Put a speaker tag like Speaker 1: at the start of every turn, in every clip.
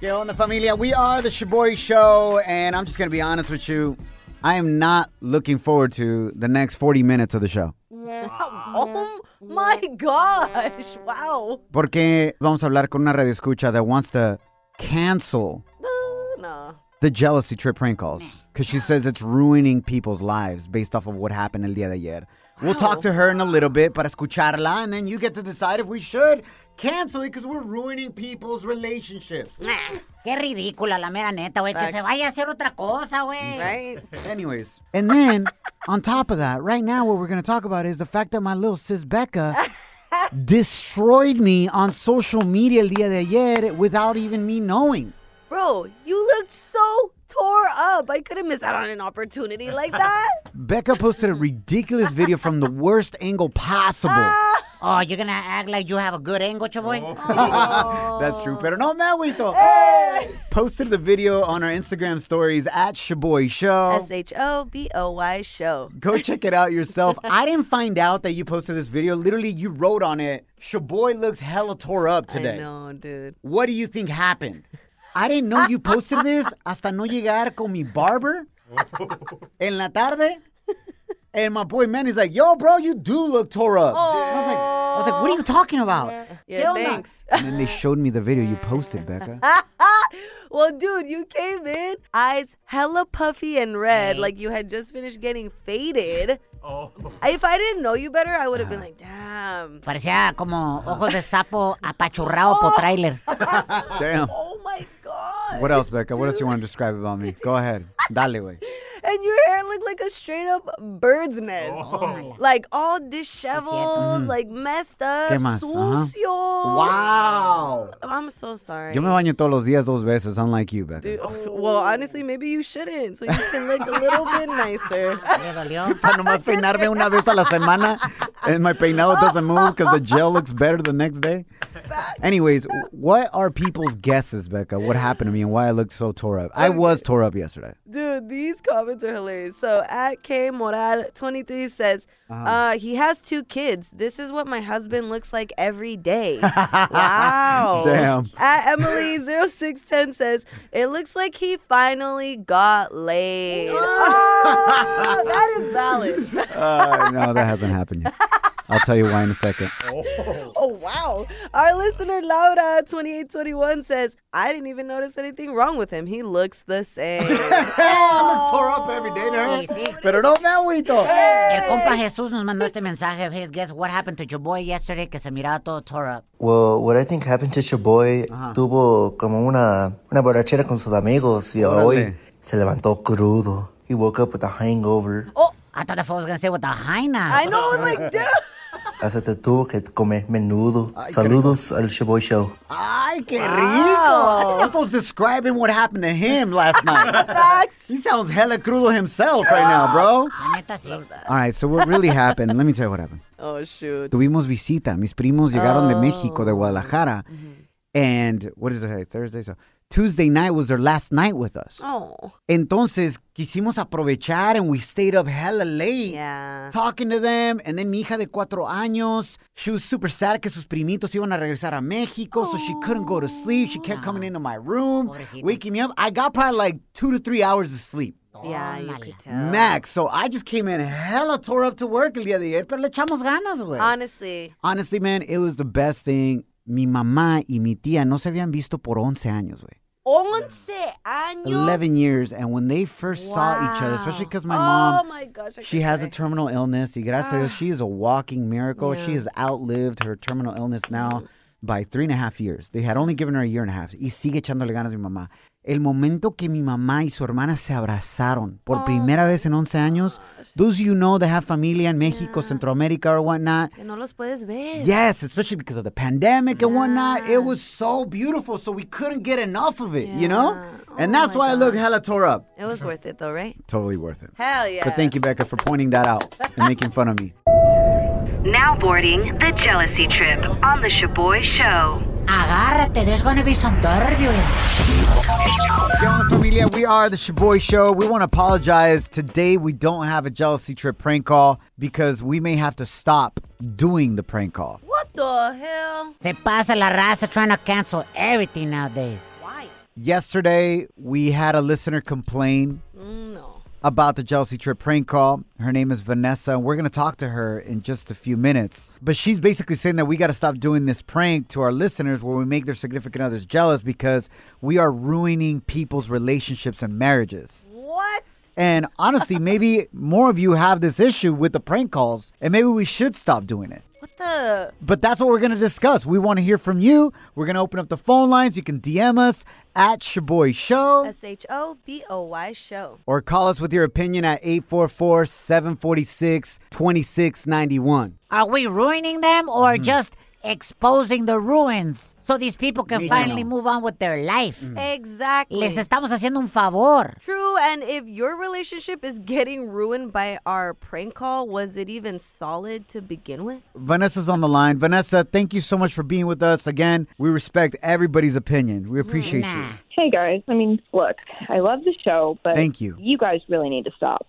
Speaker 1: ¿Qué onda, familia? We are the Shaboy Show, and I'm just going to be honest with you. I am not looking forward to the next 40 minutes of the show.
Speaker 2: Oh my gosh. Wow.
Speaker 1: Porque vamos a hablar con una radio escucha that wants to cancel
Speaker 2: No, no.
Speaker 1: the jealousy trip prank calls because she says it's ruining people's lives based off of what happened el día de ayer. We'll talk to her in a little bit para escucharla, and then you get to decide if we should cancel it because we're ruining people's relationships.
Speaker 3: Nah, qué ridícula, la mera neta, güey. Que
Speaker 2: Facts.
Speaker 3: se vaya a hacer otra cosa, güey.
Speaker 2: Right?
Speaker 1: Anyways, and then on top of that, right now what we're gonna talk about is the fact that my little sis Becca destroyed me on social media el día de ayer without even me knowing.
Speaker 2: Bro, you looked so tore up. I couldn't miss out on an opportunity like that.
Speaker 1: Becca posted a ridiculous video from the worst angle possible.
Speaker 3: Oh, you're gonna act like you have a good angle, chaboy.
Speaker 2: Oh.
Speaker 1: That's true, pero no me agüito.
Speaker 2: Eh.
Speaker 1: Posted the video on our Instagram stories at Shaboy Show.
Speaker 2: S H O B O Y show.
Speaker 1: Go check it out yourself. I didn't find out that you posted this video. Literally, you wrote on it, Shaboy looks hella tore up
Speaker 2: I
Speaker 1: today.
Speaker 2: know, dude.
Speaker 1: What do you think happened? I didn't know you posted this hasta no llegar con mi barber en la tarde. And my boy man is like, yo, bro, you do look tore up. And I, was like, I was like, what are you talking about?
Speaker 2: Yeah,
Speaker 1: ¿Qué onda?
Speaker 2: thanks.
Speaker 1: And then they showed me the video you posted, Becca.
Speaker 2: Well, dude, you came in eyes hella puffy and red, like you had just finished getting faded. Oh. If I didn't know you better, I would have been like, damn.
Speaker 3: Parecía como ojos de sapo apachurrado por trailer.
Speaker 1: Damn.
Speaker 2: Oh my god.
Speaker 1: What else, Becca? What else you want to describe about me? Go ahead. Dale, güey.
Speaker 2: And your hair looked like a straight up bird's nest. Like all disheveled, like messed up,
Speaker 1: ¿Qué más? Ajá.
Speaker 2: sucio.
Speaker 1: Wow.
Speaker 2: I'm so sorry.
Speaker 1: Yo me baño todos los días dos veces, unlike you, Becca.
Speaker 2: Dude, Well, honestly, maybe you shouldn't, so you can look a little bit nicer.
Speaker 3: Le dolió.
Speaker 1: Para nomás peinarme una vez a la semana and my peinado doesn't move because the gel looks better the next day. Anyways, what are people's guesses, Becca? What happened to me and why I looked so tore up? I was tore up yesterday.
Speaker 2: Dude, these comments are hilarious. So at K Moral 23 says, uh he has two kids. This is what my husband looks like every day.
Speaker 1: Oh.
Speaker 2: wow.
Speaker 1: Damn.
Speaker 2: At Emily 0610 says, it looks like he finally got laid. Ah, that is valid.
Speaker 1: Uh, no, that hasn't happened yet. I'll tell you why in a second.
Speaker 2: oh, wow. Our listener Laura 2821 says, I didn't even notice anything wrong with him. He looks the same.
Speaker 1: I look tore up every day
Speaker 3: Sí, sí.
Speaker 1: Pero no me agüito.
Speaker 3: El compa Jesús nos mandó este mensaje. His guess what happened to your boy yesterday que se miraba todo tore up.
Speaker 4: Well, what I think happened to your boy tuvo como una, una borrachera con sus amigos y hoy se levantó crudo. He woke up with a hangover.
Speaker 3: I thought the fool was gonna say with the hyena.
Speaker 2: I know. I was like, dude.
Speaker 4: Hasta te tuvo que comer menudo. Saludos al Shaboy Show.
Speaker 1: Ay, qué rico. I think that fool's describing what happened to him last night.
Speaker 2: Facts.
Speaker 1: he sounds hella crudo himself right now, bro.
Speaker 3: La neta sí.
Speaker 1: All right, so what really happened? Let me tell you what happened.
Speaker 2: Oh, shoot.
Speaker 1: Tuvimos visita. Mis primos llegaron de México, de Guadalajara. And what is it? today? Thursday. So Tuesday night was their last night with us.
Speaker 2: Oh.
Speaker 1: Entonces quisimos aprovechar and we stayed up hella late.
Speaker 2: Yeah.
Speaker 1: Talking to them, and then mi hija de cuatro años, she was super sad que sus primitos iban a regresar a México, so she couldn't go to sleep. She kept coming into my room,
Speaker 3: Pobrecita.
Speaker 1: waking me up. I got probably like two to three hours of sleep.
Speaker 2: Yeah, you
Speaker 3: Tómala.
Speaker 2: could tell.
Speaker 1: Max, so I just came in hella tore up to work el día de ayer, pero le echamos ganas, güey.
Speaker 2: Honestly.
Speaker 1: Honestly, man, it was the best thing. Mi mamá y mi tía no se habían visto por 11 años, güey.
Speaker 2: 11 años.
Speaker 1: 11 years. And when they first saw each other, especially because my mom,
Speaker 2: Oh my gosh. I
Speaker 1: she
Speaker 2: could
Speaker 1: has a
Speaker 2: cry.
Speaker 1: terminal
Speaker 2: Ah.
Speaker 1: illness. Y gracias a Dios, she is a walking miracle. She has outlived her terminal illness now. by three and a half years. They had only given her a year and a half. Y sigue echándole ganas a mi mamá. El momento que mi mamá y su hermana se abrazaron por primera vez en 11 años, those you know that have familia en México, Centroamérica or whatnot,
Speaker 2: Que no los puedes ver.
Speaker 1: Yes, especially because of the pandemic and whatnot. It was so beautiful, so we couldn't get enough of it, you know?
Speaker 2: Yeah.
Speaker 1: And
Speaker 2: Oh
Speaker 1: that's
Speaker 2: my
Speaker 1: why I look hella tore up.
Speaker 2: It was worth it though, right?
Speaker 1: Totally worth it.
Speaker 2: Hell yeah.
Speaker 1: But thank you, Becca, for pointing that out and making fun of me.
Speaker 5: Now boarding the jealousy trip on the Shaboy Show.
Speaker 3: Agárrate, there's gonna be some turbulence.
Speaker 1: Yo, familia, we are the Shaboy Show. We want to apologize. Today, we don't have a jealousy trip prank call because we may have to stop doing the prank call.
Speaker 2: What the hell?
Speaker 3: Se pasa la raza trying to cancel everything nowadays.
Speaker 2: Why?
Speaker 1: Yesterday, we had a listener complain
Speaker 2: Mm, No.
Speaker 1: about the Jealousy Trip prank call. Her name is Vanessa, and we're going to talk to her in just a few minutes. But she's basically saying that we got to stop doing this prank to our listeners where we make their significant others jealous because we are ruining people's relationships and marriages.
Speaker 2: What?
Speaker 1: And honestly, maybe more of you have this issue with the prank calls, and maybe we should stop doing it.
Speaker 2: What the?
Speaker 1: But that's what we're going to discuss. We want to hear from you. We're going to open up the phone lines. You can DM us at Shaboy Show.
Speaker 2: S H O B O Y show.
Speaker 1: or call us with your opinion at 844-746-2691.
Speaker 3: Are we ruining them or
Speaker 1: Mm-hmm.
Speaker 3: just exposing the ruins so these people can
Speaker 1: Me
Speaker 3: finally
Speaker 1: too. Mm.
Speaker 3: move on with their life?
Speaker 2: Exactly.
Speaker 3: Les estamos haciendo un favor.
Speaker 2: True, and if your relationship is getting ruined by our prank call, was it even solid to begin with?
Speaker 1: Vanessa's on the line. Vanessa, thank you so much for being with us again. We respect everybody's opinion. We appreciate you.
Speaker 3: Nah.
Speaker 6: Hey guys, I mean, look, I love the show, but
Speaker 1: Thank you.
Speaker 6: You guys really need to stop.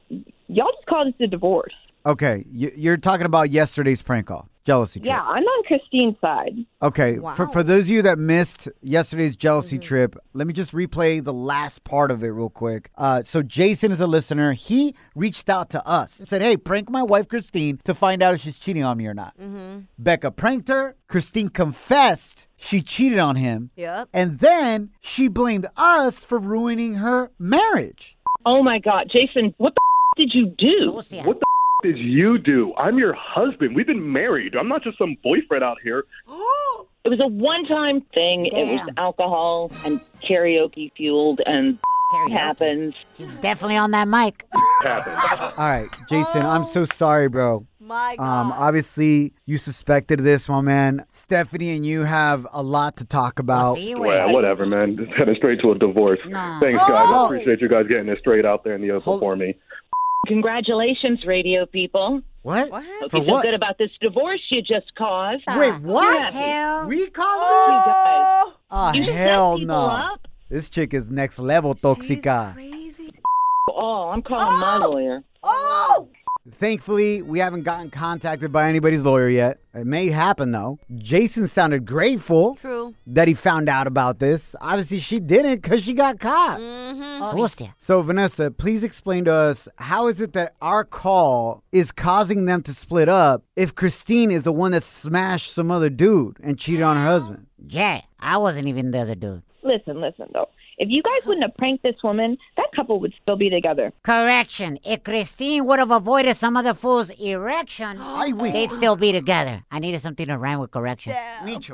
Speaker 6: Y'all just called this a divorce.
Speaker 1: Okay, you- you're talking about yesterday's prank call. Jealousy trip.
Speaker 6: Yeah, I'm on Christine's side.
Speaker 1: Okay, for,
Speaker 2: Wow. Mm-hmm.
Speaker 1: for those of you that missed yesterday's jealousy trip, let me just replay the last part of it real quick. Uh, so, Jason is a listener. He reached out to
Speaker 2: Mm-hmm.
Speaker 1: us and said, Hey, prank my wife, Christine, to find out if she's cheating on me or not.
Speaker 2: Mm-hmm.
Speaker 1: Becca pranked her. Christine confessed she cheated on him.
Speaker 2: Yep.
Speaker 1: And then she blamed us for ruining her marriage.
Speaker 6: Oh my God, Jason, what the did you do?
Speaker 3: Lucia.
Speaker 7: What the f- did you do? I'm your husband. We've been married. I'm not just some boyfriend out here.
Speaker 6: It was a one-time thing. It was
Speaker 3: Damn.
Speaker 6: alcohol and karaoke fueled, and
Speaker 3: Karaoke.
Speaker 6: happens.
Speaker 3: He's definitely on that mic.
Speaker 1: Oh,
Speaker 7: Happened.
Speaker 1: All right, Jason, I'm so sorry, bro.
Speaker 2: Oh. My
Speaker 1: Um,
Speaker 2: God.
Speaker 1: obviously, you suspected this, my man. Stephanie and you have a lot to talk about.
Speaker 3: Sí, güey.
Speaker 7: well, whatever, man. Just heading straight to a divorce.
Speaker 3: No.
Speaker 7: Thanks, guys.
Speaker 2: Oh.
Speaker 7: I appreciate you guys getting it straight out there in the open
Speaker 1: Hold-
Speaker 7: for me.
Speaker 6: Congratulations, radio people.
Speaker 1: What?
Speaker 2: what?
Speaker 6: Hope
Speaker 1: For
Speaker 6: you feel
Speaker 1: what?
Speaker 6: good about this divorce you just caused.
Speaker 1: Wait, what?
Speaker 3: Hell.
Speaker 1: We call
Speaker 6: Oh, You
Speaker 1: this?
Speaker 6: guys,
Speaker 1: Oh,
Speaker 6: you set
Speaker 1: hell
Speaker 6: people
Speaker 1: no.
Speaker 6: up?
Speaker 1: This chick is next level toxica.
Speaker 2: She's crazy.
Speaker 6: Oh, I'm calling my lawyer.
Speaker 2: Oh!
Speaker 1: Thankfully, we haven't gotten contacted by anybody's lawyer yet. It may happen though. Jason sounded grateful
Speaker 2: True.
Speaker 1: that he found out about this. Obviously, she didn't because she got caught.
Speaker 2: Mm.
Speaker 3: Hostia.
Speaker 1: So, Vanessa, please explain to us how is it that our call is causing them to split up if Christine is the one that smashed some other dude and cheated on her husband?
Speaker 3: Yeah, I wasn't even the other dude.
Speaker 6: Listen, listen though. If you guys wouldn't have pranked this woman, that couple would still be together.
Speaker 3: Correction. If Christine would have avoided some other fool's erection, they'd still be together. I needed something to rhyme with correction.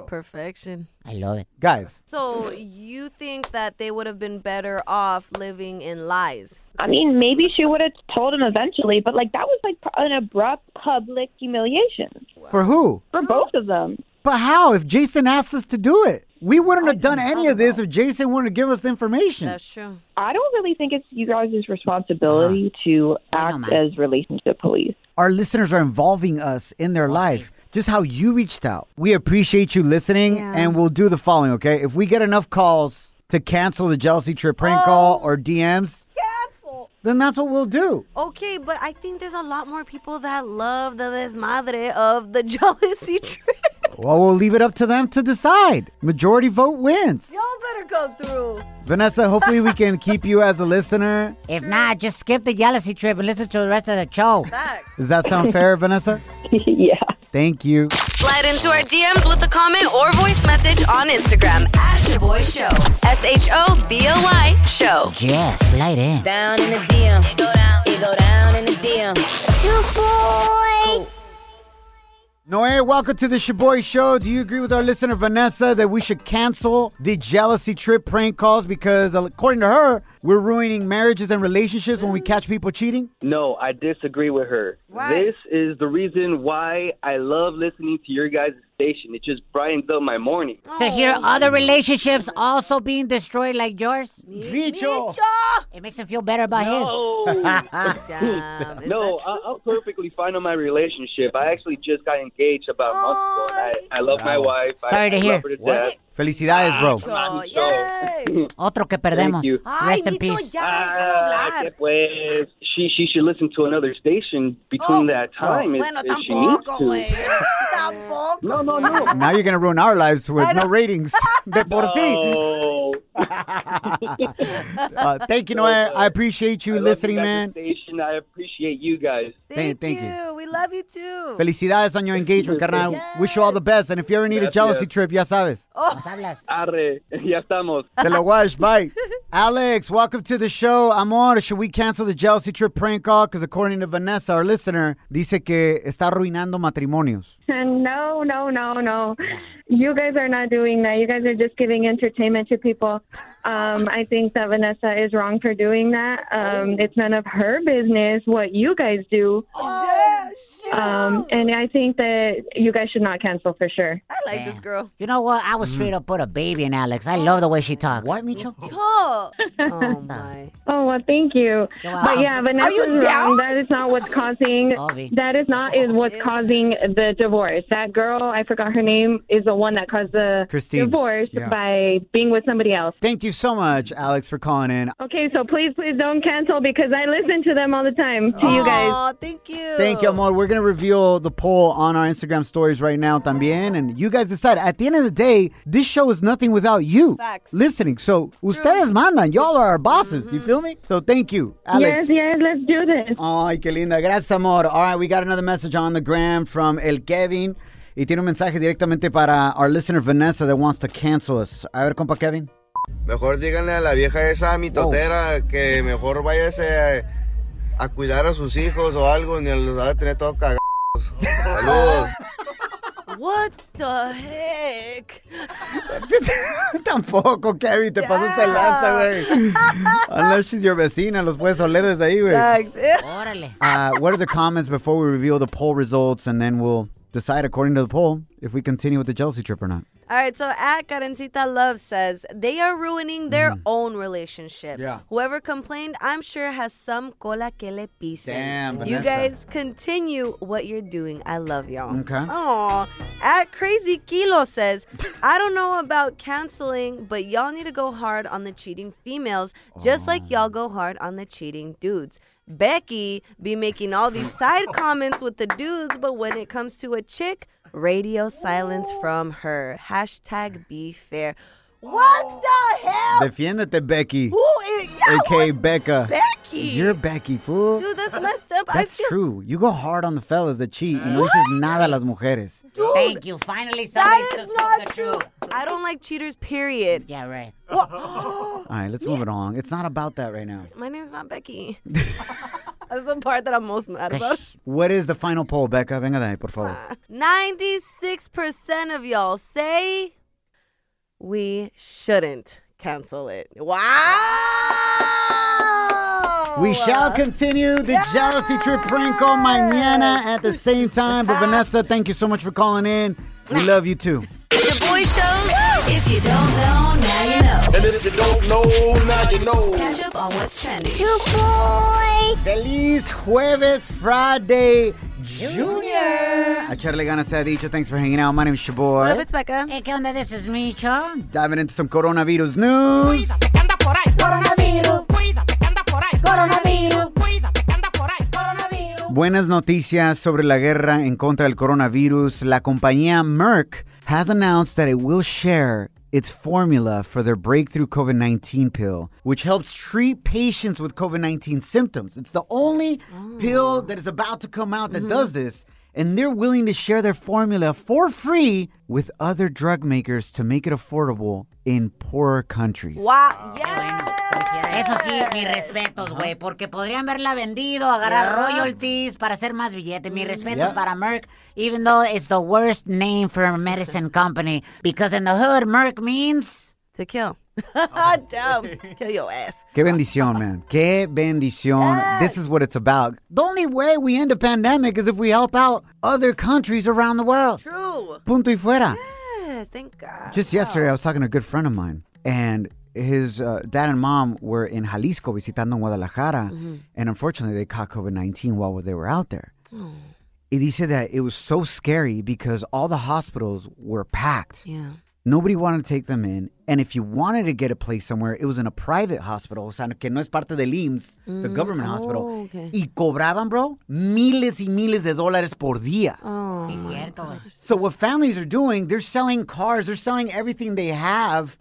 Speaker 2: Perfection.
Speaker 3: I love it.
Speaker 1: Guys,
Speaker 2: So you think that they would have been better off living in lies?
Speaker 6: I mean, maybe she would have told him eventually, but like that was like an abrupt public humiliation
Speaker 1: for who?
Speaker 6: for both of them.
Speaker 1: But how? If Jason asked us to do it, we wouldn't have done any of this if Jason wouldn't have given us the information.
Speaker 2: That's true.
Speaker 6: I don't really think it's you guys' responsibility to
Speaker 3: Ay, no
Speaker 6: act
Speaker 3: más.
Speaker 6: as relationship police.
Speaker 1: Our listeners are involving us in their life. Just how you reached out. We appreciate you listening, and we'll do the following, okay? If we get enough calls to cancel the jealousy trip prank call or DMs,
Speaker 2: Oh. Cancel.
Speaker 1: then that's what we'll do.
Speaker 2: Okay, but I think there's a lot more people that love the desmadre of the jealousy trip.
Speaker 1: Well, we'll leave it up to them to decide. Majority vote wins.
Speaker 2: Y'all better come through.
Speaker 1: Vanessa, hopefully we can keep you as a listener.
Speaker 3: If not, just skip the jealousy trip and listen to the rest of the show.
Speaker 2: Facts.
Speaker 1: Does that sound fair, Vanessa?
Speaker 6: yeah.
Speaker 1: Thank you.
Speaker 5: Slide into our DMs with a comment or voice message on Instagram at Shaboy Show. S H O B O Y Show.
Speaker 3: Yeah, slide in.
Speaker 5: Down in the DM. You go down. You go down in the DM.
Speaker 1: Noé, welcome to the Shaboy Show. Do you agree with our listener Vanessa that we should cancel the jealousy trip prank calls because, according to her, we're ruining marriages and relationships when we catch people cheating?
Speaker 8: No, I disagree with her. This is the reason why I love listening to your guys' station. It just brightens up my morning.
Speaker 3: To hear
Speaker 2: Oh.
Speaker 3: other relationships also being destroyed like yours,
Speaker 1: Richo.
Speaker 3: it makes him feel better about his. Ah,
Speaker 8: Oh.
Speaker 2: Damn. is
Speaker 8: No,
Speaker 2: that
Speaker 8: I, I'm perfectly fine on my relationship. I actually just got engaged about a month ago. And I, I love my wife.
Speaker 3: Sorry
Speaker 8: I,
Speaker 3: to
Speaker 8: I
Speaker 3: hear.
Speaker 8: Love her to
Speaker 1: What?
Speaker 8: death.
Speaker 1: Felicidades, bro.
Speaker 2: true?
Speaker 8: so-
Speaker 2: Yay.
Speaker 3: Otro que perdemos.
Speaker 8: you.
Speaker 2: Ay,
Speaker 3: Rest in
Speaker 2: Micho,
Speaker 3: peace.
Speaker 2: ya,
Speaker 8: Ah,
Speaker 2: déjalo
Speaker 8: que
Speaker 2: hablar.
Speaker 8: pues, she she should listen to another station between that time. if,
Speaker 2: Oh. Bueno,
Speaker 8: if she needs
Speaker 2: tampoco,
Speaker 8: to.
Speaker 2: güey. Tampoco.
Speaker 8: No, no, no.
Speaker 1: Now you're going to ruin our lives with no ratings. De por sí.
Speaker 8: Oh,
Speaker 1: Uh, thank you, Noé. I appreciate you
Speaker 8: I love
Speaker 1: listening,
Speaker 8: you guys'
Speaker 1: man.
Speaker 8: Station. I appreciate you guys.
Speaker 1: Thank-
Speaker 2: Thank,
Speaker 1: thank you.
Speaker 2: you. We love you too.
Speaker 1: Felicidades on your engagement, carnal. Wish you all the best. And if you ever need a
Speaker 8: Gracias.
Speaker 1: jealousy trip, ya sabes.
Speaker 3: Nos hablas.
Speaker 8: Arre, ya estamos.
Speaker 1: Te lo guash, bye. Alex, welcome to the show. Amor, should we cancel the jealousy trip prank call? Because according to Vanessa, our listener, dice que está arruinando matrimonios.
Speaker 6: No, no, no, no. You guys are not doing that. You guys are just giving entertainment to people. Um, I think that Vanessa is wrong for doing that. Um,
Speaker 2: Oh.
Speaker 6: it's none of her business what you guys do.
Speaker 2: Oh,
Speaker 6: Um, and I think that you guys should not cancel for sure.
Speaker 2: I like this girl.
Speaker 3: You know what? I would
Speaker 2: Mm.
Speaker 3: straight up put a baby in Alex. I love the way she talks. What, Micho?
Speaker 2: Oh, oh my.
Speaker 6: Oh well, thank you.
Speaker 3: You're
Speaker 6: But yeah, Vanessa's
Speaker 2: you down?
Speaker 6: wrong. That is not what's causing.
Speaker 3: Avi.
Speaker 6: That is not is what's causing the divorce. That girl, I forgot her name, is the one that caused the
Speaker 1: Christine.
Speaker 6: divorce
Speaker 1: Yeah.
Speaker 6: by being with somebody else.
Speaker 1: Thank you so much, Alex, for calling in.
Speaker 6: Okay, so please, please don't cancel because I listen to them all the time. To you guys.
Speaker 2: Aw, thank you.
Speaker 1: Thank you, Amor. We're going to reveal the poll on our Instagram stories right now, también. And you guys decide. At the end of the day, this show is nothing without you
Speaker 2: Facts.
Speaker 1: listening. So, ustedes mandan. Y'all are our bosses. You feel me? So, thank you, Alex.
Speaker 6: Yes, yes, let's do this.
Speaker 1: Ay, qué linda. Gracias, amor. All right, we got another message on the gram from El Kevin. Y tiene un mensaje directamente para our listener Vanessa that wants to cancel us. A ver, compa Kevin.
Speaker 9: Mejor díganle a la vieja esa mitotera que mejor váyase a, a cuidar a sus hijos o algo, ni los va a tener todos cagados. Saludos.
Speaker 2: What the heck?
Speaker 1: Tampoco, Kevin. Te pasaste lanza, güey. Unless she's your vecina. Los puedes oler desde ahí, güey.
Speaker 2: Thanks. Eh,
Speaker 3: Órale.
Speaker 1: Uh, what are the comments before we reveal the poll results? And then we'll decide, according to the poll, if we continue with the jealousy trip or not.
Speaker 2: All right, so at Karencita Love says they are ruining their own relationship.
Speaker 1: Mm-hmm. Yeah.
Speaker 2: Whoever complained, I'm sure has some cola que le pisen.
Speaker 1: Damn,
Speaker 2: you
Speaker 1: Vanessa.
Speaker 2: guys continue what you're doing. I love y'all.
Speaker 1: Okay.
Speaker 2: Aw, at Crazy Kilo says, I don't know about canceling, but y'all need to go hard on the cheating females, just like y'all go hard on the cheating dudes. Becky be making all these side comments with the dudes, but when it comes to a chick, radio silence from her. Hashtag be fair. What the hell?
Speaker 1: Defiéndete, Becky.
Speaker 2: Who is yeah,
Speaker 1: AKA
Speaker 2: what-
Speaker 1: Becca.
Speaker 2: Oh. Becky?
Speaker 1: You're Becky, fool.
Speaker 2: Dude, that's messed up. I
Speaker 1: That's
Speaker 2: feel
Speaker 1: true. You go hard on the fellas that cheat. You know, this is nada a las mujeres.
Speaker 3: Thank you. Finally, somebody
Speaker 2: that is
Speaker 3: spoke
Speaker 2: not
Speaker 3: the
Speaker 2: true.
Speaker 3: truth.
Speaker 2: I don't like cheaters, period.
Speaker 3: Yeah, right.
Speaker 1: All right, let's move it along. It's not about that right now.
Speaker 2: My name's not Becky. That's the part that I'm most mad about.
Speaker 1: What is the final poll, Becca? Venga de ahí, por favor.
Speaker 2: 96% of y'all say we shouldn't cancel it. Wow!
Speaker 1: We shall continue the jealousy trip prank on mañana at the same time. But Vanessa, thank you so much for calling in. We love you too.
Speaker 5: Shaboy shows. If you don't know, now you know.
Speaker 9: And if you don't know, now you know.
Speaker 5: Catch up on what's trending.
Speaker 1: Feliz Jueves Friday, Junior. A echarle ganas se ha dicho. Thanks for hanging out. My name is Shaboy.
Speaker 2: What up, it's Becca?
Speaker 3: Hey, ¿qué onda? This is Micho.
Speaker 1: Diving into some coronavirus news. Buenas noticias sobre la guerra en contra del coronavirus. La compañía Merck has announced that it will share its formula for their breakthrough COVID 19 pill, which helps treat patients with COVID 19 symptoms. It's the only pill that is about to come out that does this. and they're willing to share their formula for free with other drug makers to make it affordable in poorer countries.
Speaker 2: Wow.
Speaker 3: Eso sí, mis respetos, güey, porque podrían haberla vendido, agarrar
Speaker 1: Yeah.
Speaker 3: royalties para hacer más billete. Mis
Speaker 1: Yeah.
Speaker 3: respetos para Merck, even though it's the worst name for a medicine company, because in the hood, Merck means
Speaker 2: to kill.
Speaker 1: Oh.
Speaker 2: Dumb. Kill your ass.
Speaker 1: Qué bendición, man. Qué bendición. This is what it's about. The only way we end a pandemic is if we help out other countries around the world.
Speaker 2: True.
Speaker 1: Punto y fuera.
Speaker 2: Yes, thank God.
Speaker 1: Just yesterday, I was talking to a good friend of mine, and his uh, dad and mom were in Jalisco visitando Guadalajara, and unfortunately, they caught COVID 19 while they were out there. Y dice that it was so scary because all the hospitals were packed.
Speaker 2: Yeah.
Speaker 1: Nobody wanted to take them in. And if you wanted to get a place somewhere, it was in a private hospital, o sea, que no es parte del IMSS, the government hospital.
Speaker 2: okay.
Speaker 1: Y cobraban, bro, miles y miles de dólares por día.
Speaker 2: Oh.
Speaker 3: Es cierto, güey.
Speaker 1: So what families are doing, they're selling cars, they're selling everything they have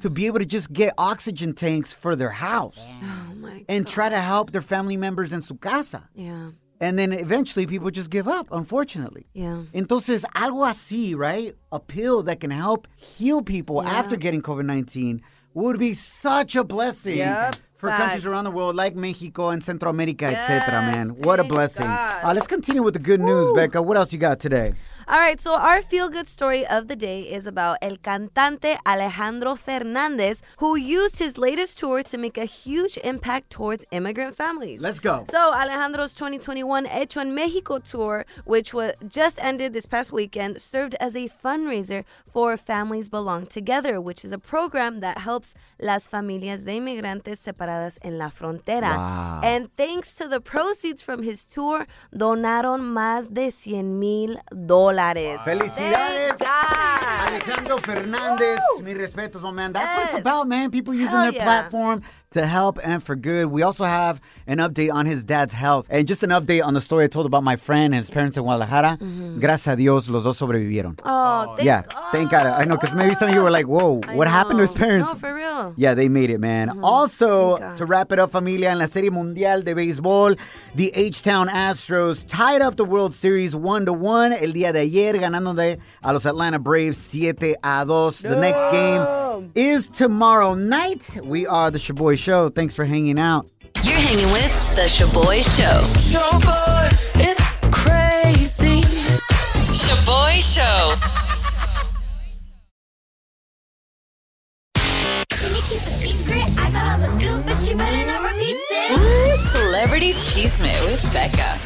Speaker 1: to be able to just get oxygen tanks for their house
Speaker 2: Oh my.
Speaker 1: and try to help their family members in su casa.
Speaker 2: Yeah.
Speaker 1: And then eventually people just give up, unfortunately.
Speaker 2: Yeah.
Speaker 1: Entonces, algo así, right? A pill that can help heal people after getting COVID 19 would be such a blessing
Speaker 2: Yep,
Speaker 1: for
Speaker 2: facts.
Speaker 1: countries around the world like Mexico and Central America, etc., man. What a
Speaker 2: thank
Speaker 1: blessing.
Speaker 2: God.
Speaker 1: Uh, let's continue with the good news, Becca. What else you got today?
Speaker 2: All right, so our feel good story of the day is about el cantante Alejandro Fernandez, who used his latest tour to make a huge impact towards immigrant families.
Speaker 1: Let's go.
Speaker 2: So Alejandro's 2021 Hecho en Mexico tour, which was just ended this past weekend, served as a fundraiser for Families Belong Together, which is a program that helps las familias de inmigrantes separadas en la frontera.
Speaker 1: Wow.
Speaker 2: And thanks to the proceeds from his tour, donaron más de 100 mil dólares.
Speaker 1: Felicidades.
Speaker 2: Thank God.
Speaker 1: Alejandro Fernandez, mis respetos, my man. That's what
Speaker 2: Yes.
Speaker 1: it's about, man. People using
Speaker 2: Hell
Speaker 1: their
Speaker 2: yeah.
Speaker 1: platform to help and for good. We also have an update on his dad's health and just an update on the story I told about my friend and his parents in Guadalajara. Gracias a Dios, los dos sobrevivieron.
Speaker 2: Mm-hmm. Oh, thank
Speaker 1: yeah,
Speaker 2: God.
Speaker 1: thank God. I know, because maybe some of you were like, whoa,
Speaker 2: I
Speaker 1: what happened to his
Speaker 2: know.
Speaker 1: parents?
Speaker 2: No, for real.
Speaker 1: Yeah, they made it, man.
Speaker 2: Mm-hmm.
Speaker 1: Also, to wrap it up, familia, en la Serie Mundial de Béisbol, the H-Town Astros tied up the World Series 1 to 1 el día de ayer, ganándole a los Atlanta Braves 7 a 2. The next game is tomorrow night. We are the Shaboy Show. Thanks for hanging out.
Speaker 5: You're hanging with The Shaboy Show.
Speaker 10: Shaboy, it's crazy. Shaboy Show. Ooh, Celebrity Cheesemate with Becca.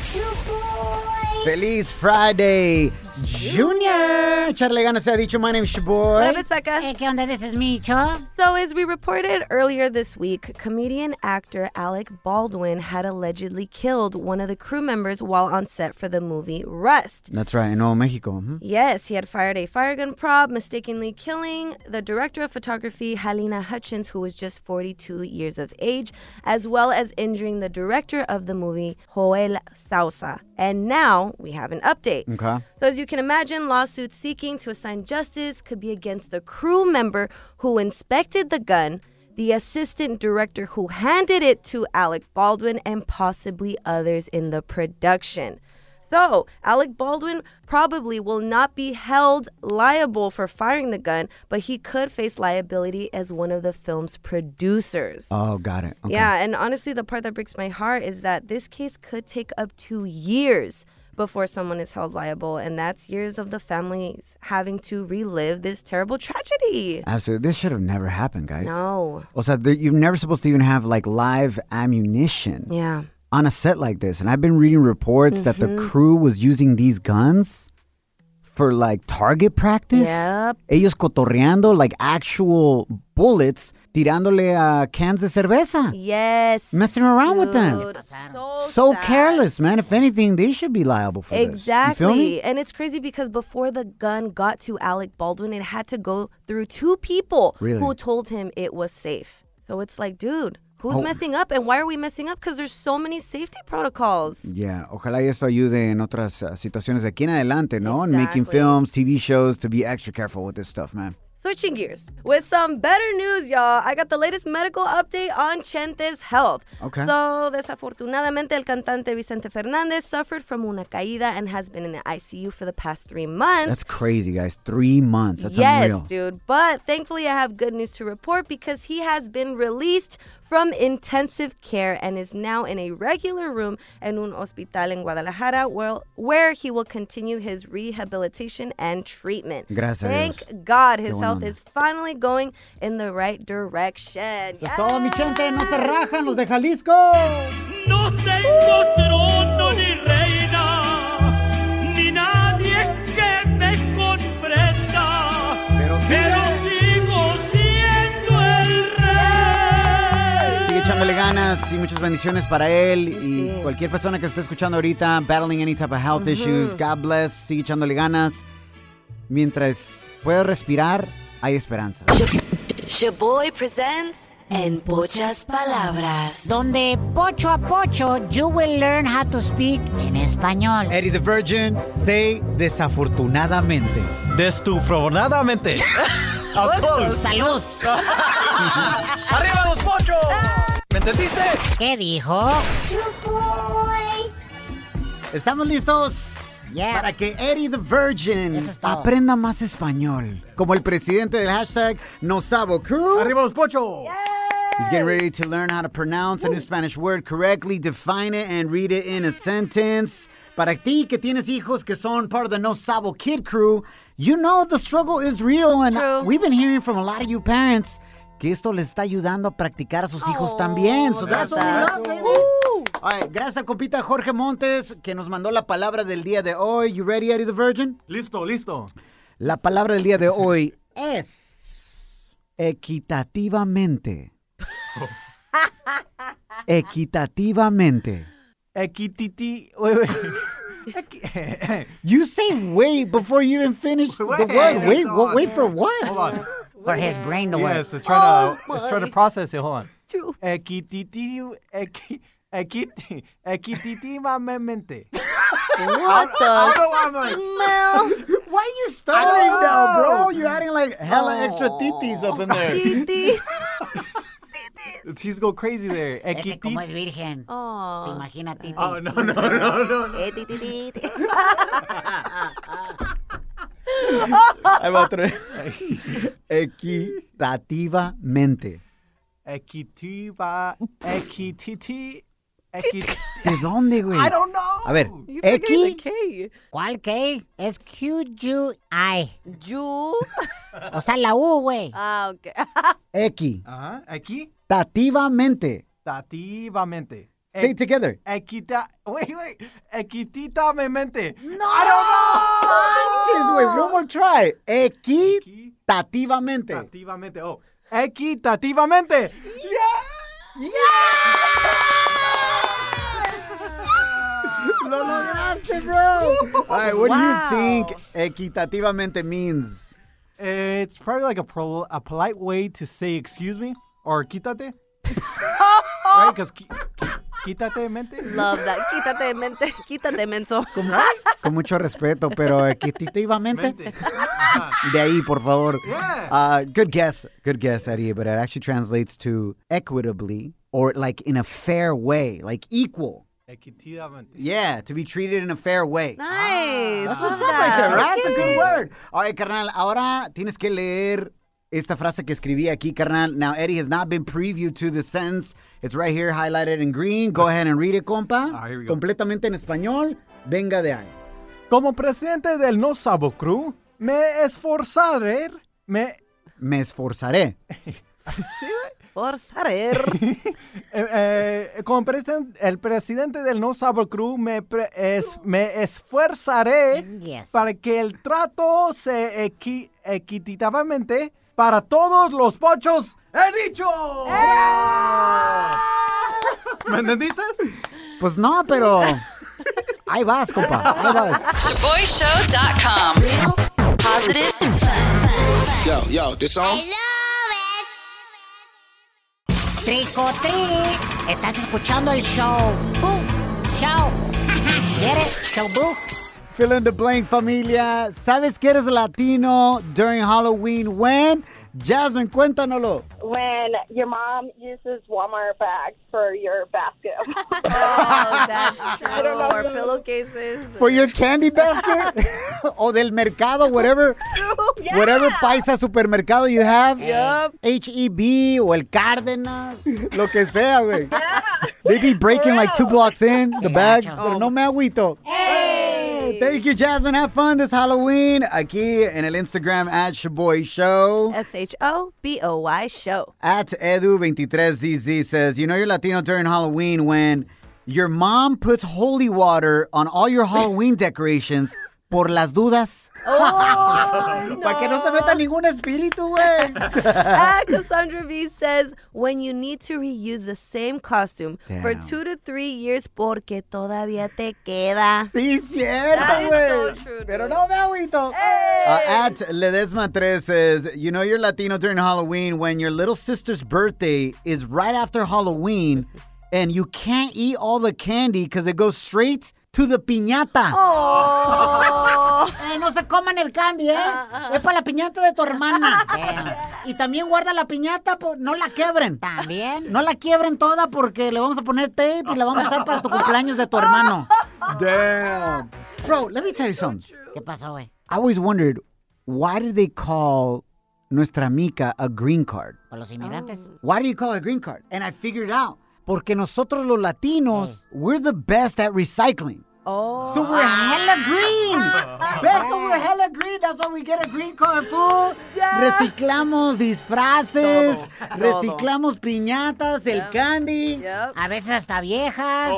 Speaker 1: Feliz Friday, Junior. Charlie Gana se ha dicho, my name's Shaboy.
Speaker 2: Love it, Becca.
Speaker 3: Hey, ¿qué onda? This is me, Cho.
Speaker 2: So, as we reported earlier this week, comedian actor Alec Baldwin had allegedly killed one of the crew members while on set for the movie Rust.
Speaker 1: That's right, in Nuevo Mexico. mhm.
Speaker 2: Yes, he had fired a firegun prop, mistakenly killing the director of photography, Halina Hutchins, who was just 42 years of age, as well as injuring the director of the movie, Joel Sousa. And now we have an update.
Speaker 1: Okay.
Speaker 2: So, as you can imagine, lawsuits seeking to assign justice could be against the crew member who inspected the gun, the assistant director who handed it to Alec Baldwin, and possibly others in the production. So, Alec Baldwin probably will not be held liable for firing the gun, but he could face liability as one of the film's producers.
Speaker 1: Oh, got it. Okay.
Speaker 2: Yeah, and honestly, the part that breaks my heart is that this case could take up to years before someone is held liable, and that's years of the families having to relive this terrible tragedy.
Speaker 1: Absolutely. This should have never happened, guys.
Speaker 2: No.
Speaker 1: O sea, there, you're never supposed to even have like live ammunition
Speaker 2: Yeah.
Speaker 1: on a set like this. And I've been reading reports that
Speaker 2: Mm-hmm.
Speaker 1: the crew was using these guns for like target practice.
Speaker 2: Yep.
Speaker 1: Ellos cotorreando like actual bullets, tirándole a cans de cerveza.
Speaker 2: Yes.
Speaker 1: Messing around with them.
Speaker 2: dude, So,
Speaker 1: So
Speaker 2: sad.
Speaker 1: careless, man. If anything, they should be liable for
Speaker 2: Exactly.
Speaker 1: this. You feel me?
Speaker 2: And it's crazy because before the gun got to Alec Baldwin, it had to go through two people
Speaker 1: Really?
Speaker 2: who told him it was safe. So it's like, dude, who's
Speaker 1: Oh.
Speaker 2: messing up and why are we messing up? Because there's so many safety protocols.
Speaker 1: Yeah, ojalá y esto ayude en otras uh, situaciones de aquí en adelante, ¿no? And making
Speaker 2: Exactly.
Speaker 1: films, TV shows, to be extra careful with this stuff, man.
Speaker 2: Switching gears with some better news, y'all. I got the latest medical update on Chente's health.
Speaker 1: Okay.
Speaker 2: So, desafortunadamente, el cantante Vicente Fernández suffered from una caída and has been in the ICU for the past three months.
Speaker 1: That's crazy, guys. Three months. That's
Speaker 2: yes,
Speaker 1: unreal.
Speaker 2: dude. But thankfully, I have good news to report because he has been released from intensive care and is now in a regular room en un hospital in Guadalajara, where, where he will continue his rehabilitation and treatment.
Speaker 1: Gracias a
Speaker 2: Thank
Speaker 1: Dios.
Speaker 2: God,
Speaker 1: Qué
Speaker 2: his
Speaker 1: buena
Speaker 2: health
Speaker 1: onda.
Speaker 2: is finally going in the right direction.
Speaker 1: Eso es todo, Oh, mi gente. No se rajan los de Jalisco.
Speaker 11: No tengo trono ni reina, ni nadie que me comprenda, pero, sigo siendo el rey.
Speaker 1: Sigue echándole ganas y muchas bendiciones para él. Y cualquier persona que esté escuchando ahorita, battling any type of health
Speaker 11: Ujú.
Speaker 1: issues, God bless. Sigue echándole ganas. Mientras puedas respirar, hay esperanza.
Speaker 5: Shaboy presents En Pochas Palabras.
Speaker 3: Donde pocho a pocho, you will learn how to speak en español.
Speaker 1: Eddie the Virgin, say desafortunadamente.
Speaker 12: Desafortunadamente.
Speaker 3: Salud.
Speaker 12: ¡Arriba los pochos!
Speaker 3: Ah.
Speaker 12: ¿Me entendiste?
Speaker 3: ¿Qué dijo?
Speaker 1: Estamos listos para que Eddie the Virgin aprenda más español. Como el presidente del hashtag Nosabo Crew. ¡Arriba los pochos! He's getting ready to learn how to pronounce a new Spanish word correctly, define it, and read it in a sentence. Para ti que tienes hijos que son part of the No Sabo Kid crew, you know the struggle is real, and we've been hearing from a lot of you parents que esto les está ayudando a practicar a sus hijos también.
Speaker 2: Oh,
Speaker 1: So that's what we
Speaker 11: gracias.
Speaker 1: love, baby. All right, gracias al compita Jorge Montes que nos mandó la palabra del día de hoy. You ready, Eddie the Virgin?
Speaker 12: Listo, listo.
Speaker 1: La palabra del día de hoy es equitativamente. Equitativamente.
Speaker 12: Equititi.
Speaker 1: You say wait before you even finish the word.
Speaker 12: Wait,
Speaker 1: Wait, wait,
Speaker 12: hold on.
Speaker 1: wait for what?
Speaker 12: Hold on.
Speaker 3: For his brain to work.
Speaker 12: Yes, it's trying to
Speaker 3: Oh
Speaker 12: it's trying
Speaker 3: my.
Speaker 12: to process it. Hold on. Equititi equi equiti equititivamente.
Speaker 11: What the
Speaker 12: I don't know why I'm like-
Speaker 1: smell? Why are you stuttering
Speaker 12: I
Speaker 1: now,
Speaker 12: know. Oh.
Speaker 1: bro? You're adding like hella extra titis up in there.
Speaker 2: Titis.
Speaker 12: He's go crazy there.
Speaker 3: Es que como
Speaker 12: Equititi.
Speaker 3: es virgen.
Speaker 2: Oh.
Speaker 3: Imagina titis.
Speaker 12: Oh, no, no, no, no, no.
Speaker 2: Eh, ti, ti, ti, ti.
Speaker 1: Ahí va otra vez. Equitativamente.
Speaker 12: Equitiva equititi equiti.
Speaker 1: ¿De dónde, güey?
Speaker 12: I don't know.
Speaker 1: A ver,
Speaker 3: You forget
Speaker 1: equi.
Speaker 3: ¿Cuál K? Es Q-U-I.
Speaker 2: Yu.
Speaker 3: O sea, la U, güey.
Speaker 2: Ah, okay.
Speaker 1: Equi.
Speaker 12: Ajá, aquí
Speaker 1: Tativamente.
Speaker 12: tativamente.
Speaker 1: Say it together.
Speaker 12: Equita wait, wait. Equititamente.
Speaker 1: No. Manches, güey. One more try. Equitativamente.
Speaker 12: Equitativamente. Oh. Equitativamente.
Speaker 1: Lo lograste, bro. All right, what do you think equitativamente means?
Speaker 12: It's probably like a pro, a polite way to say excuse me or quítate. right? Because quítate mente.
Speaker 2: Love that. Quítate, mente. Quítate, menso.
Speaker 1: Con mucho respeto, pero equitativamente.
Speaker 12: Mente.
Speaker 1: De ahí, por favor.
Speaker 12: Yeah.
Speaker 1: Uh, good guess. Good guess, Eddie, but it actually translates to equitably or like in a fair way, like equal.
Speaker 12: Equitativamente.
Speaker 1: Yeah, to be treated in a fair way.
Speaker 2: Nice.
Speaker 1: That's
Speaker 2: love
Speaker 1: what's up right there,
Speaker 2: that.
Speaker 1: right? That's a good word. All right, carnal, ahora tienes que leer esta frase que escribí aquí, carnal. Now, Eddie has not been previewed to the sentence. It's right here highlighted in green. Go ahead and read it, compa.
Speaker 12: Ah, here we go.
Speaker 1: Completamente en español. Venga de ahí.
Speaker 12: Como presidente del No Sabo Crew, me esforzaré, me
Speaker 1: Me esforzaré.
Speaker 2: Por saber.
Speaker 12: Eh, eh, con presen- el presidente del No Sabor Crew me, pre- es- me esforzaré
Speaker 3: Yes.
Speaker 12: para que el trato se equi- equitativamente para todos los pochos. ¡He dicho! ¿Me entendiste?
Speaker 1: Pues no, pero... Ahí vas, compa. Ahí vas.
Speaker 10: ShaboyShow.com.
Speaker 5: Real, positive,
Speaker 9: Yo, yo, this song.
Speaker 3: Trico tri. Estás escuchando el show. Boo. Show. ¿Quieres? Show boo.
Speaker 1: Fill in the blank, familia. ¿Sabes que eres Latino during Halloween? When? Jasmine, cuéntanoslo.
Speaker 13: When your mom uses Walmart bags for your basket.
Speaker 2: oh, that's true. Or pillowcases.
Speaker 1: For your candy basket? o del mercado, whatever.
Speaker 2: Yeah.
Speaker 1: Whatever paisa supermercado you have.
Speaker 2: Yup.
Speaker 1: HEB o el Cárdenas. Lo que sea, güey. They be breaking like two blocks in, the bags. Pero no me agüito. Hey! Thank you, Jasmine. Have fun this Halloween. Aquí en el Instagram at Shaboy Show.
Speaker 2: S H O B O Y show.
Speaker 1: At Edu23ZZ says, You know you're Latino during Halloween when your mom puts holy water on all your Halloween decorations por las dudas.
Speaker 2: Oh,
Speaker 1: Para que no se meta ningún espíritu, güey.
Speaker 2: Ah, Cassandra V says, when you need to reuse the same costume for
Speaker 1: Damn.
Speaker 2: two to three years porque todavía te queda.
Speaker 1: Sí, cierto,
Speaker 2: That is
Speaker 1: güey.
Speaker 2: so true,
Speaker 1: Pero
Speaker 2: dude.
Speaker 1: no me agüito. Uh, at Ledesma3 says, You know you're Latino during Halloween when your little sister's birthday is right after Halloween and you can't eat all the candy because it goes straight to the piñata.
Speaker 2: Oh,
Speaker 3: Eh, no se coman el candy, ¿eh? Es para la piñata de tu hermana.
Speaker 1: Eh, Y también guarda la piñata, po- no la quebren.
Speaker 3: También.
Speaker 1: No la quiebren toda porque le vamos a poner tape y la vamos a usar para tu cumpleaños de tu hermano. Damn. Bro, let me tell you something.
Speaker 3: ¿Qué pasó, güey?
Speaker 1: I always wondered why did they call nuestra mica a green card?
Speaker 3: ¿Con los inmigrantes?
Speaker 1: Why do you call it a green card? And I figured it out. Porque nosotros los latinos, we're the best at recycling.
Speaker 2: Oh.
Speaker 1: So we're hella green. Beto, we're hella green. That's why we get a green card, fool. Reciclamos disfraces,
Speaker 3: Todo.
Speaker 1: reciclamos piñatas, el
Speaker 3: Yep.
Speaker 1: candy.
Speaker 3: A veces hasta viejas.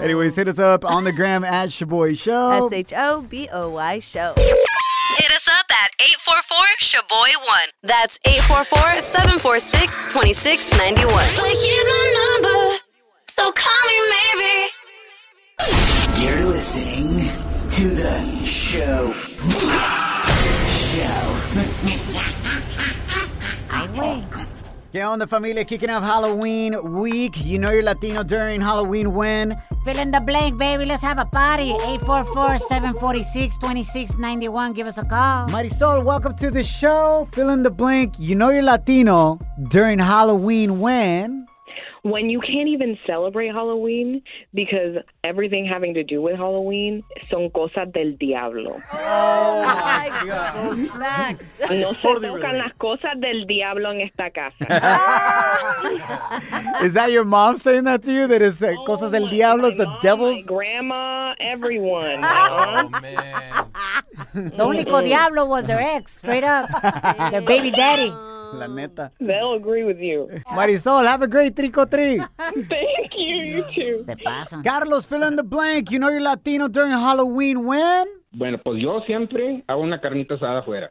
Speaker 1: Anyways, hit us up on the gram at Shaboy Show.
Speaker 2: S H O B O Y show.
Speaker 5: Hit us up at 844-SHABOY1. That's 844-746-2691. here's my number, so call me maybe.
Speaker 14: You're listening to the show.
Speaker 3: Ay, güey.
Speaker 1: ¿Qué onda, familia? Kicking off Halloween week. You know you're Latino during Halloween when?
Speaker 3: Fill in the blank, baby. Let's have a party. 844-746-2691. Give us a call.
Speaker 1: Marisol, welcome to the show. Fill in the blank. You know you're Latino during Halloween when?
Speaker 15: when you can't even celebrate Halloween because everything having to do with Halloween son cosas del diablo.
Speaker 2: Facts.
Speaker 15: No se tocan las cosas del diablo en esta casa.
Speaker 1: Is that your mom saying that to you? That is uh, cosas del diablo, is the devil's.
Speaker 15: Grandma, everyone. huh?
Speaker 3: The only co diablo was their ex, straight up. their baby daddy.
Speaker 1: La neta.
Speaker 15: They'll agree with you.
Speaker 1: Marisol, have a great trico tree.
Speaker 15: Thank you, you too.
Speaker 1: Carlos, fill in the blank. You know you're Latino during Halloween when?
Speaker 16: Bueno, pues yo siempre hago una carnita asada afuera.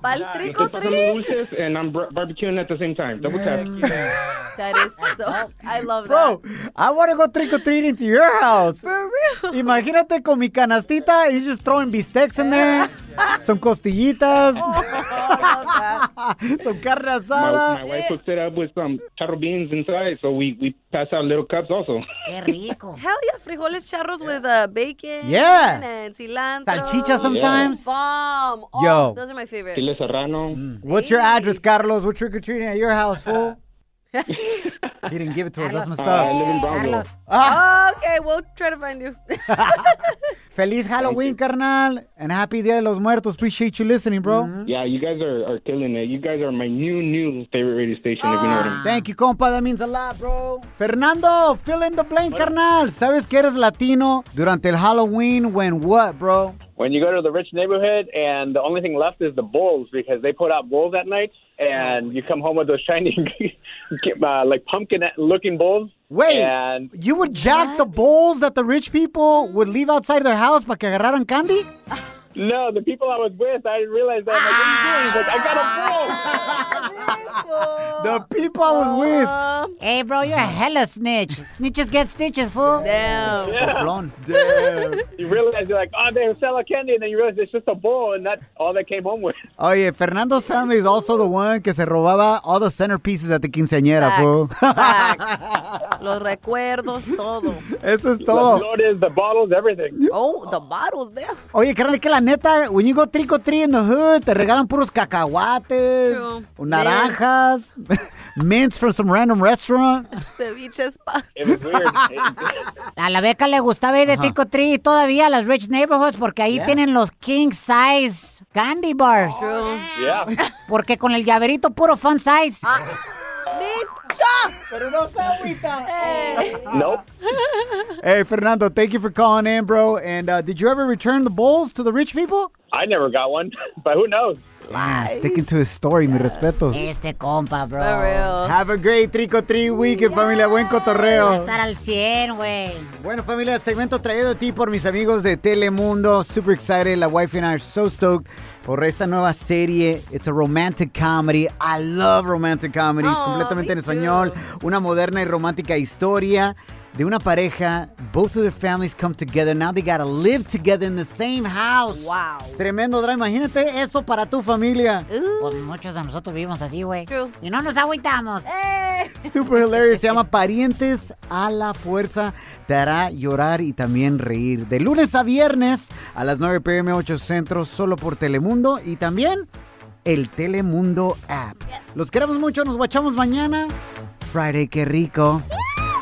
Speaker 2: Pal trick
Speaker 16: Estoy
Speaker 2: or
Speaker 16: pasando
Speaker 2: treat.
Speaker 16: dulces eh, and I'm bar- barbecuing at the same time. Double tap.
Speaker 2: That is so. I love
Speaker 1: Bro, I want to go trick or treating to your house.
Speaker 2: For real.
Speaker 1: Imagínate con mi canastita and he's just throwing bistecs in there, some costillitas,
Speaker 2: Oh,
Speaker 1: some carne
Speaker 16: My,
Speaker 1: asada.
Speaker 16: my wife hooks it up with some charro beans inside, so we, we pass out little cups also.
Speaker 3: Qué rico.
Speaker 2: Hell yeah, frijoles charros with uh, bacon.
Speaker 16: Yeah.
Speaker 2: And cilantro.
Speaker 1: Salchicha sometimes.
Speaker 2: Bomb. Oh,
Speaker 1: Yo.
Speaker 2: Those are my favorite.
Speaker 16: Chile serrano.
Speaker 1: Mm. What's your address, Carlos? We're trick or treating at your house, fool. he didn't give it to us. That's messed
Speaker 16: Uh, I live in
Speaker 1: up.
Speaker 16: Brownville.
Speaker 1: Ah.
Speaker 2: Okay, we'll try to find you.
Speaker 1: Feliz Halloween, carnal, and happy Dia de los Muertos. Appreciate you listening, bro.
Speaker 8: Mm-hmm.
Speaker 16: Yeah, you guys are, are killing it. You guys are my new, new favorite radio station, if you
Speaker 17: Ah.
Speaker 16: know what I mean.
Speaker 1: Thank you, compa. That means a lot, bro. Fernando, fill in the blank, carnal. ¿Sabes que eres latino durante el Halloween when what, bro?
Speaker 17: When you go to the rich neighborhood and the only thing left is the bulls because they put out bulls at night and you come home with those shiny uh, like pumpkin looking bulls.
Speaker 1: Wait,
Speaker 17: And
Speaker 1: you would jack the bowls that the rich people would leave outside their house para que agarraran candy?
Speaker 17: no, the people I was with, I didn't realize that. I'm like, what are you doing? He's like, I got
Speaker 2: Ah.
Speaker 1: The people I was with.
Speaker 3: Hey, bro, you're a hella snitch. Snitches get stitches, fool.
Speaker 2: Damn.
Speaker 1: Blonde. Damn.
Speaker 17: a bull. You realize you're like, oh, they're selling candy, and then you realize it's just a bull, and that's all they came home with.
Speaker 1: Oh yeah, Fernando's family is also the one que se robaba all the centerpieces at the quinceañera, fool.
Speaker 2: Facts. los recuerdos, todo.
Speaker 1: Eso es todo.
Speaker 17: flores, the bottles, everything.
Speaker 2: Oh, the bottles there.
Speaker 1: Oye, carnal, es que la neta, when you go trick or treat in the hood, te regalan puros cacahuates,
Speaker 2: True.
Speaker 1: naranjas, mints from some random restaurant.
Speaker 2: Ceviches.
Speaker 3: A la beca le gustaba ir de
Speaker 1: Ajá.
Speaker 3: trick or treat todavía a las rich neighborhoods porque ahí
Speaker 1: Yeah.
Speaker 3: tienen los king size candy bars.
Speaker 11: Yeah.
Speaker 3: Porque con el llaverito puro fun size.
Speaker 1: Ah. Pero no se agüita.
Speaker 17: Nope.
Speaker 1: Hey, Fernando, thank you for calling in, bro. And uh, did you ever return the bowls to the rich people?
Speaker 17: I never got one, but who knows?
Speaker 1: Ah, sticking to his story, mi respetos.
Speaker 3: Este compa, bro.
Speaker 1: For real. Have a great trick or treat weekend, familia. Buen
Speaker 3: Va a
Speaker 1: cotorreo.
Speaker 3: estar al 100, güey.
Speaker 1: Bueno, familia, segmento traído a ti por mis amigos de Telemundo. Super excited. La wife and I are so stoked por esta nueva serie. It's a romantic comedy. I love romantic comedies.
Speaker 11: Aw,
Speaker 1: completamente
Speaker 11: me
Speaker 1: en español. Una moderna y romántica historia de una pareja. Both of their families come together. Now they gotta live together in the same house.
Speaker 2: Wow.
Speaker 1: Tremendo drama. Imagínate eso para tu familia.
Speaker 3: Pues muchos de nosotros vivimos así, güey. Y no nos agüitamos.
Speaker 1: Super hilarious. Se llama Parientes a la Fuerza. Te hará llorar y también reír. De lunes a viernes a las 9 pm 8 Centro, solo por Telemundo y también el Telemundo app. Los queremos mucho. Nos guachamos mañana. Friday, qué rico.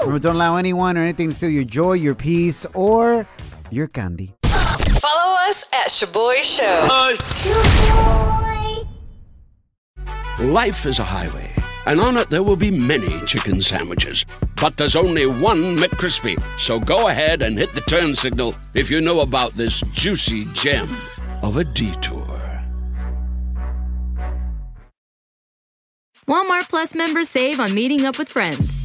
Speaker 1: Remember, don't allow anyone or anything to steal your joy, your peace, or your candy.
Speaker 10: Follow us at Shaboy Show.
Speaker 18: Life is a highway, and on it there will be many chicken sandwiches. But there's only one McCrispy. So go ahead and hit the turn signal if you know about this juicy gem of a detour.
Speaker 19: Walmart Plus members save on meeting up with friends.